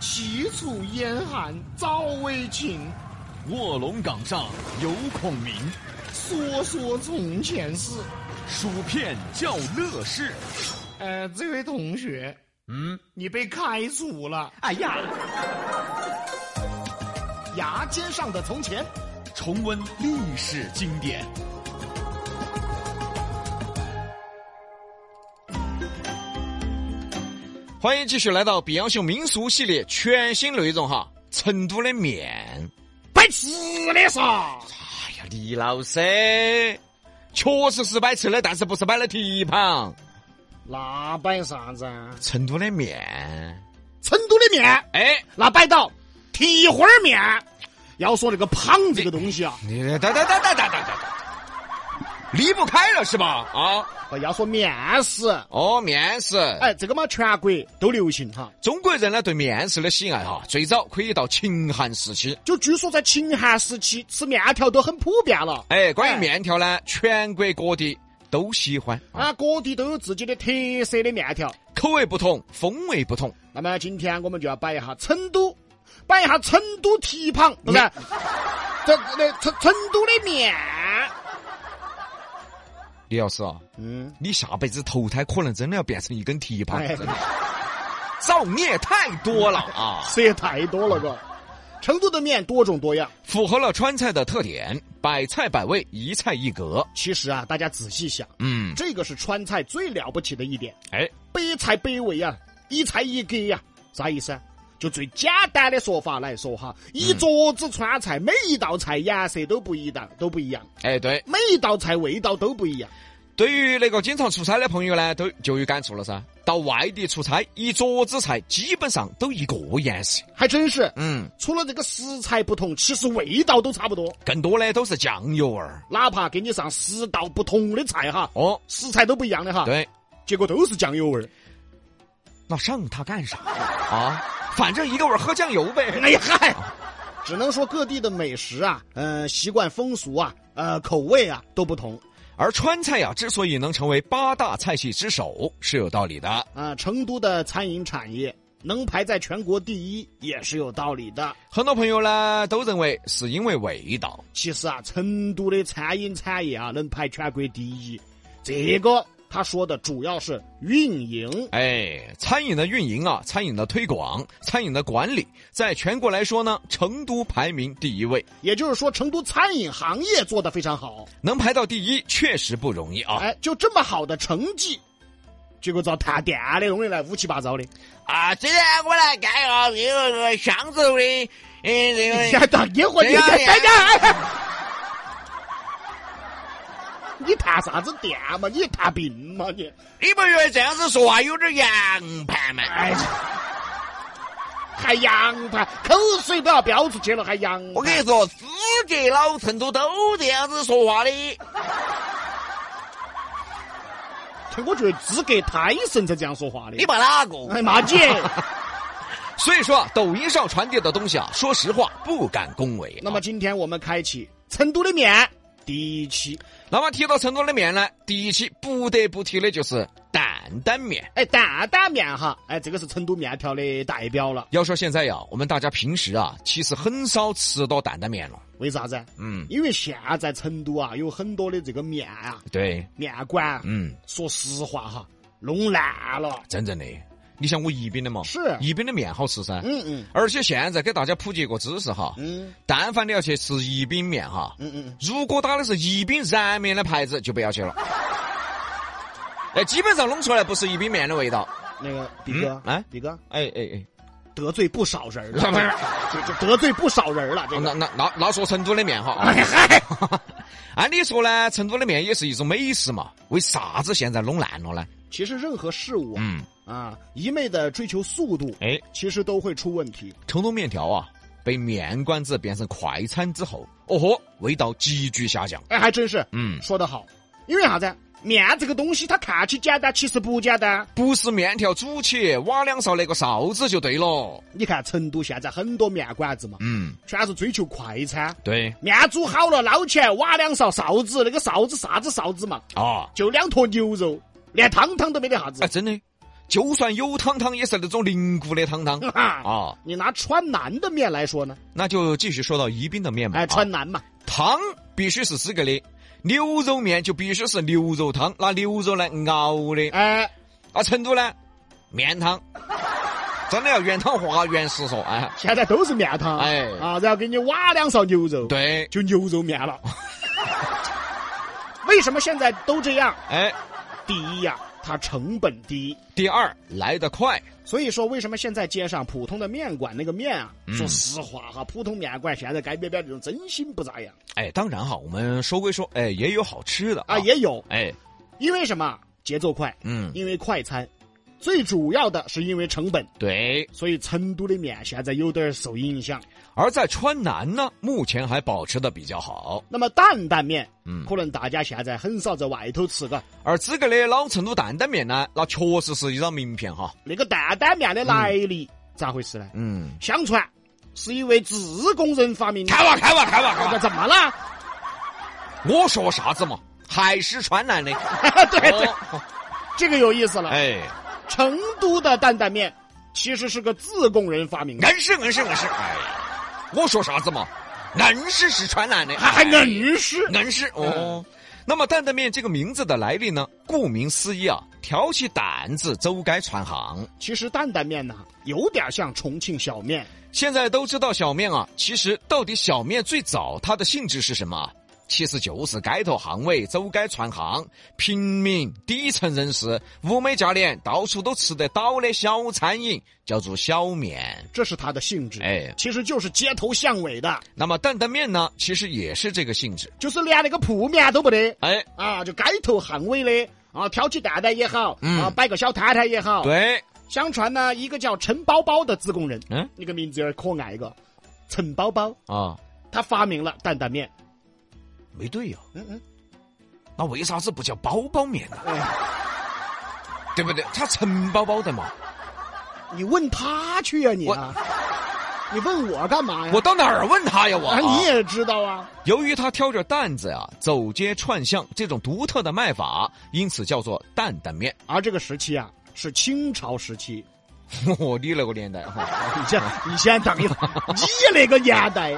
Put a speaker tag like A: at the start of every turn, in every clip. A: 齐楚燕韩赵魏秦，
B: 卧龙岗上有孔明，
A: 说说从前事。
B: 薯片叫乐事。
A: 呃，这位同学，
B: 嗯，
A: 你被开除了。
C: 哎呀，牙尖上的从前，
B: 重温历史经典。
D: 欢迎继续来到《比洋秀民俗系列》全新内容哈，成都的面。
A: 白痴的噻！
D: 哎呀，李老师，确实是摆吃的，但是不是摆的蹄膀？
A: 那摆啥子啊？
D: 成都的面，
A: 成都的面，
D: 哎，
A: 那摆到蹄花儿面。要说这个胖这个东西啊，
D: 你哒哒哒哒哒哒哒，离不开了是吧？啊，
A: 不哎要说面食，
D: 哦，面食，
A: 哎，这个嘛，全国都流行哈。
D: 中国人呢对面食的喜爱哈，最早可以到秦汉时期。
A: 就据说在秦汉时期吃面条都很普遍了。
D: 哎，关
A: 哎
D: 于面条呢，全国各地都喜欢，啊、
A: 啊，各地都有自己的特色的面条。
D: 口味不同，风味不同。
A: 那么今天我们就要摆一下成都，摆一下成都蹄膀，不是？这那成成都的面，
D: 李老师啊，
A: 嗯，
D: 你下辈子投胎可能真的要变成一根蹄膀，
A: 哎
D: 真的。造孽太多了啊！
A: 也太多了个。成都的面多种多样，
D: 符合了川菜的特点，百菜百味，一菜一格。
A: 其实啊，大家仔细想，
D: 嗯，
A: 这个是川菜最了不起的一点，
D: 哎，
A: 北菜北味啊，一菜一格呀、啥意思啊？就最简单的说法来说哈，一桌子川菜，每一道菜颜色都不一样，都不一样，
D: 哎，对，
A: 每一道菜味道都不一样。
D: 对于那个经常出差的朋友呢，都就有感触了噻。到外地出差，一桌子菜基本上都一个颜色。
A: 还真是，
D: 嗯，
A: 除了这个食材不同，其实味道都差不多。
D: 更多的都是酱油味儿。
A: 哪怕给你上十道不同的菜哈，
D: 哦，
A: 食材都不一样的哈，
D: 对，
A: 结果都是酱油味儿。
D: 啊那上它干啥啊？反正一个味儿，喝酱油呗。
A: 哎呀嗨，只能说各地的美食啊，呃，习惯风俗啊，呃，口味啊都不同
D: 而川菜呀、啊之所以能成为八大菜系之首，是有道理的。
A: 啊、成都的餐饮产业能排在全国第一，也是有道理的。
D: 很多朋友呢都认为是因为味道，
A: 其实啊，成都的餐饮产业啊，能排全国第一，这个他说的主要是运营。
D: 哎，餐饮的运营啊，餐饮的推广，餐饮的管理，在全国来说呢，成都排名第一位，
A: 也就是说，成都餐饮行业做得非常好。
D: 能排到第一确实不容易啊！
A: 哎，就这么好的成绩，结果遭啊探店的弄得来乌七八糟的，
D: 啊，虽然我来干啊这个乡镇的，嗯，这
A: 先当烟火，你
D: 哎呀
A: 等
D: 哎呀
A: 等，哎哎你探啥子店嘛？你探病嘛？你
D: 你不觉得这样子说话有点洋派吗？
A: 哎，还洋派，口水都要飙出去了，还洋派？
D: 我跟你说，资格老成都都这样子说话的。
A: 哎我觉得资格胎神才这样说话的。
D: 你把哪个？
A: 哎妈姐，
D: 所以说啊，抖音上传递的东西啊，说实话不敢恭维啊。
A: 那么今天我们开启成都的面第一期，
D: 那么提到成都的面呢，第一期不得不提的就是担担面。
A: 哎，担担面哈，哎，这个是成都面条的代表了，
D: 要说现在呀、我们大家平时啊，其实很少吃到担担面了。
A: 为啥子？
D: 嗯，
A: 因为现在成都啊，有很多的这个面啊，
D: 对，
A: 面馆，啊
D: 嗯，
A: 说实话哈，弄烂了。
D: 真正的，你像我宜宾的嘛，
A: 是
D: 宜宾的面好吃噻。
A: 嗯嗯
D: 而且现在给大家普及一个知识哈，
A: 嗯
D: 但凡你要去吃宜宾面哈，
A: 嗯嗯，
D: 如果打的是宜宾燃面的牌子，就不要 去了。哎，基本上弄出来不是宜宾面的味道。
A: 那个比哥，
D: 嗯哎
A: 比哥
D: 哎哎哎，
A: 得罪不少人了，
D: 不是
A: 这这得罪不少人了，这
D: 嗯那
A: 个
D: 那那那说成都的 面哈，按理说呢，成都的面也是一种美食嘛，为啥子现在弄烂了呢？
A: 其实任何事物啊
D: 嗯，
A: 啊，一味的追求速度，
D: 哎，
A: 其实都会出问题。
D: 成都面条啊，被面馆子变成快餐之后，哦豁，味道急剧下降。
A: 哎，还真是
D: 嗯，
A: 说得好，因为啥子？面这个东西它看起简单，其实不简单。
D: 不是面条煮起，挖两勺那个臊子就对了。
A: 你看成都现在很多面馆子嘛，
D: 嗯，
A: 全是追求快餐，
D: 对
A: 面煮好了捞起来，挖两勺臊子，那个臊子啥子臊子嘛，
D: 啊，
A: 就两坨牛肉，连汤汤都没得啥子
D: 哎，。真的，就算有汤汤，也是那种凝固的汤汤
A: 啊，
D: 啊。嗯
A: 你拿川南的面来说呢？
D: 那就继续说到宜宾的面嘛，
A: 哎，
D: 啊
A: 川南嘛，
D: 汤必须是资格的。牛肉面就必须是牛肉汤，拿牛肉来熬的。
A: 哎，
D: 啊，成都呢，面汤，真的要原汤化原食说，哎，
A: 现在都是面汤，
D: 哎
A: 啊，然后给你挖两勺牛肉，，
D: 对，
A: 就牛肉面 了。为什么现在都这样？
D: 哎，
A: 第一呀、它成本低。
D: 第二来得快，
A: 所以说，为什么现在街上普通的面馆那个面啊？
D: 嗯
A: 说实话哈，普通面馆现在街边边这种真心不咋样
D: 哎，当然哈，我们说归说，哎，也有好吃的
A: 啊，也有，
D: 哎，
A: 因为什么节奏快，
D: 嗯，
A: 因为快餐，最主要的是因为成本，
D: 对。
A: 所以成都的面现在有点儿受影响。
D: 而在川南呢，目前还保持的比较好，
A: 那么担担面，
D: 嗯
A: 可能大家现在很少在外头吃个，
D: 而资格的老成都担担面呢，那确实是一张名片哈，
A: 那个担担面的来历、咋回事呢？
D: 嗯，
A: 相传是一位自贡人发明的。
D: 开吧开吧开吧开
A: 这个
D: 吧，
A: 怎么了？
D: 我说啥子嘛，还是川南的，
A: 对对，
D: 哦
A: 这个有意思了。
D: 哎，
A: 成都的担担面其实是个自贡人发明的，
D: 硬是硬是硬是，哎，我说啥子嘛，硬是是川南的，
A: 还还硬嗯是
D: 硬是哦。那么担担面这个名字的来历呢？顾名思义啊，挑起担子走街串巷。
A: 其实担担面呢，有点像重庆小面，
D: 现在都知道小面啊，其实到底小面最早它的性质是什么啊？其实就是街头巷尾、走街串巷，平民底层人士物美价廉，到处都吃得到的小餐饮，叫做小面。
A: 这是它的性质。
D: 哎
A: 其实就是街头巷尾的，
D: 那么担担面呢，其实也是这个性质。
A: 就是连那个铺面都不得
D: 哎，
A: 啊，就街头巷尾的。啊，挑起担担也好，
D: 嗯
A: 啊，摆个小摊摊也好。
D: 对，
A: 相传呢，一个叫陈包包的自贡人，
D: 嗯
A: 那个名字有点可爱一个，陈包包，
D: 啊，
A: 他发明了担担面。
D: 没对呀、
A: 嗯嗯，
D: 那为啥子不叫包包面呢？
A: 哎，
D: 对不对？它陈包包的嘛，
A: 你问他去呀、你啊，你问我干嘛呀？
D: 我到哪儿问他呀？我、
A: 啊，你也知道啊，
D: 由于他挑着担子啊，走街串巷这种独特的卖法，因此叫做担担面。
A: 而这个时期啊，是清朝时期。
D: 我你那个年代 哈，
A: 你先，
D: 啊
A: 你先等一等， 你那个年代，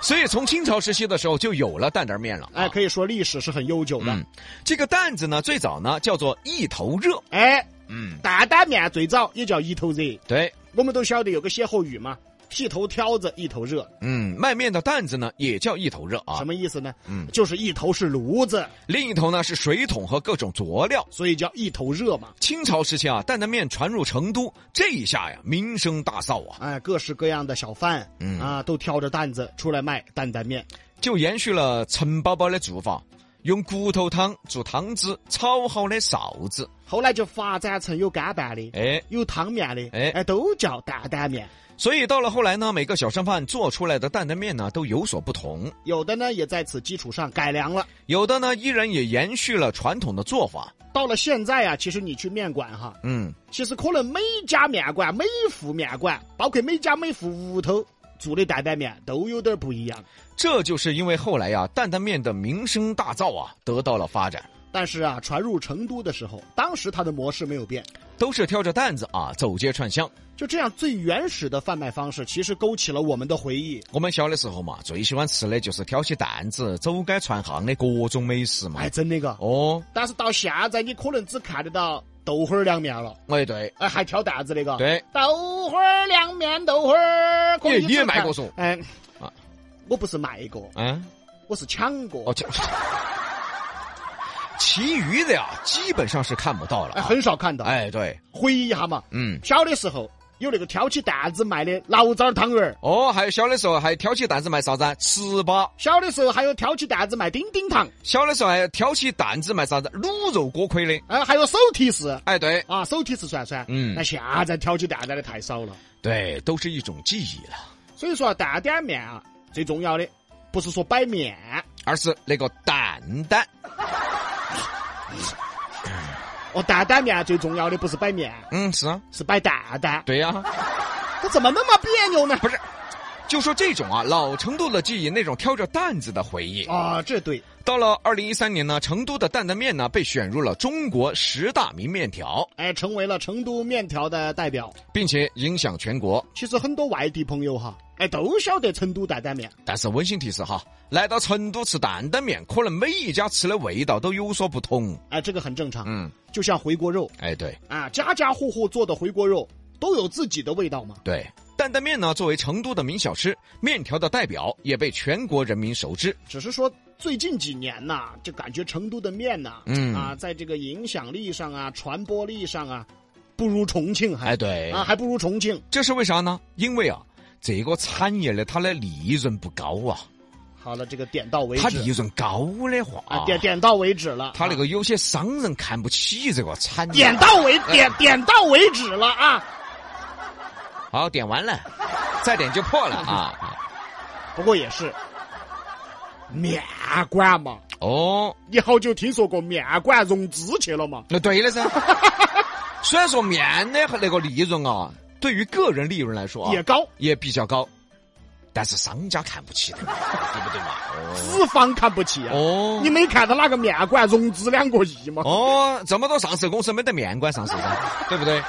D: 所以从清朝时期的时候就有了担担面了。
A: 哎，可以说历史是很悠久的。
D: 嗯，这个担子呢，最早呢叫做一头热。
A: 哎，
D: 嗯，
A: 担担面最早也叫一头热，
D: 对，
A: 我们都晓得有个歇后语嘛，剃头挑子一头热，
D: 嗯，卖面的担子呢也叫一头热啊
A: 什。么意思呢？
D: 嗯
A: 就是一头是炉子，
D: 另一头呢是水桶和各种佐料。
A: 所以叫一头热嘛。
D: 清朝时期啊，担担面传入成都，这一下呀名声大噪啊，
A: 哎，各式各样的小贩，
D: 嗯
A: 啊，都挑着担子出来卖担担面。
D: 就延续了陈包包的做法，用骨头汤做汤汁，炒好的臊子。
A: 后来就发展成有干拌的，
D: 哎，
A: 有汤面的，
D: 哎
A: 哎，都叫担担面。
D: 所以到了后来呢，每个小商贩做出来的担担面呢都有所不同，
A: 有的呢也在此基础上改良了。
D: 有的呢依然也延续了传统的做法。
A: 到了现在啊，其实你去面馆哈，
D: 嗯，
A: 其实可能每家面馆、每户面馆，包括每家每户屋头做的担担面都有点不一样。
D: 这就是因为后来呀、担担面的名声大噪啊，得到了发展。
A: 但是啊，传入成都的时候，当时它的模式没有变，
D: 都是挑着担子啊，走街串巷。
A: 就这样最原始的贩卖方式，其实勾起了我们的回忆。
D: 我们小的时候嘛，最喜欢吃的就是挑起担子、走街串巷的各种美食嘛
A: 哎，。真那个。
D: 哦，
A: 但是到现在，你可能只看得到豆花儿凉面了，
D: 哎对
A: 哎，还挑担子那个。。
D: 对，
A: 豆花儿凉面，豆花儿。可能
D: 你
A: 只
D: 也
A: 看
D: 卖过嗦
A: 哎
D: 啊，
A: 我不是卖过，
D: 嗯。
A: 我是抢过。
D: 哦，这 其余的呀，基本上是看不到了、
A: 哎，
D: 啊。
A: 很少看到。
D: 哎，对，
A: 回忆一下嘛，
D: 嗯，
A: 小的时候有那个挑起担子卖的醪糟汤圆儿，
D: 哦，还有小的时候还挑起担子卖啥子啊？糍粑。
A: 小的时候还有挑起担子卖丁丁糖，
D: 小的时候还挑起担子卖啥子？卤肉锅盔的。
A: 啊，还有手提式。
D: 哎，对
A: 啊，手提式算算，
D: 嗯
A: 那现在挑起担担的太少了，
D: 对，都是一种记忆了，
A: 所以说啊担担面啊，最重要的不是说摆面，
D: 而是那个担担。
A: 哦，担担面最重要的不是摆面，
D: 嗯，是啊，
A: 是摆担担，
D: 对呀、
A: 它怎么那么别扭呢？
D: 不是。就说这种啊，老成都的记忆，那种挑着担子的回忆，
A: 啊，这对，
D: 到了二零一三年呢，成都的担担面呢被选入了中国十大名面条，
A: 哎，成为了成都面条的代表。
D: 并且影响全国。
A: 其实很多外地朋友哈，哎，都晓得成都担担面。
D: 但是温馨提示哈，来到成都吃担担面，可能每一家吃的味道都有所不同。
A: 哎，这个很正常。
D: 嗯，
A: 就像回锅肉
D: 哎，对
A: 啊，家家户户做的回锅肉都有自己的味道嘛。
D: 对，担担面呢作为成都的名小吃，面条的代表，也被全国人民熟知。
A: 只是说最近几年呐、就感觉成都的面呐、
D: 嗯
A: 啊，在这个影响力上啊、传播力上啊，不如重庆还、
D: 哎，对
A: 啊，还不如重庆。
D: 这是为啥呢？因为啊，这个产业的它的利润不高啊，
A: 好了，这个点到为
D: 它利
A: 止
D: 润高的话，
A: 啊，点点到为止了。
D: 它那
A: 啊
D: 个有些商人看不起这个产业。
A: 点到为点点到为止了啊。
D: 好，点完了，再点就 破了啊！
A: 不过也是，面馆嘛，
D: 哦，
A: 你好久听说过面馆融资去了嘛？
D: 那对了噻。 虽然说面的和那个利润啊，对于个人利润来说啊，
A: 也高，
D: 也比较高，但是商家看不起的，对不 对嘛？
A: 资方看不起啊。
D: 哦
A: 你没看到那个面馆融资两个亿吗？
D: 哦，这么多上市公司没得面馆上市 噻，对不对？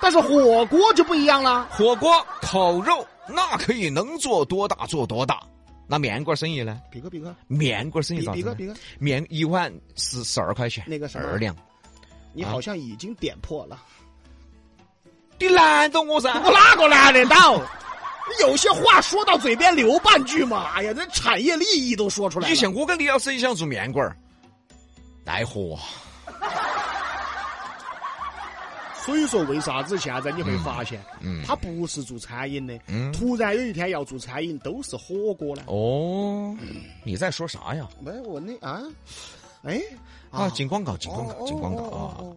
A: 但是火锅就不一样了。
D: 火锅、烤肉那可以能做多大做多大，那面馆生意呢？
A: 比哥，比哥，
D: 面馆生意
A: 比
D: 咋
A: 比
D: 子
A: 哥，
D: 呢？
A: 比哥，
D: 面一碗是十二块钱，
A: 那个什么
D: 二两。
A: 你好像已经点破了。
D: 你难到我噻？
A: 我哪个拦得到？ 有些话说到嘴边留半句嘛。哎呀，这产业利益都说出来
D: 以
A: 了。
D: 前我跟李老师也想做面馆儿，奈何啊
A: 所以说，为啥子现在你会发现，
D: 嗯
A: 他不是做餐饮的，
D: 嗯
A: 突然有一天要做餐饮，都是火锅了。
D: 哦，你在说啥呀？
A: 没，我那啊，哎啊
D: 啊，进广告，进广告，进广告啊！
A: 哦哦哦哦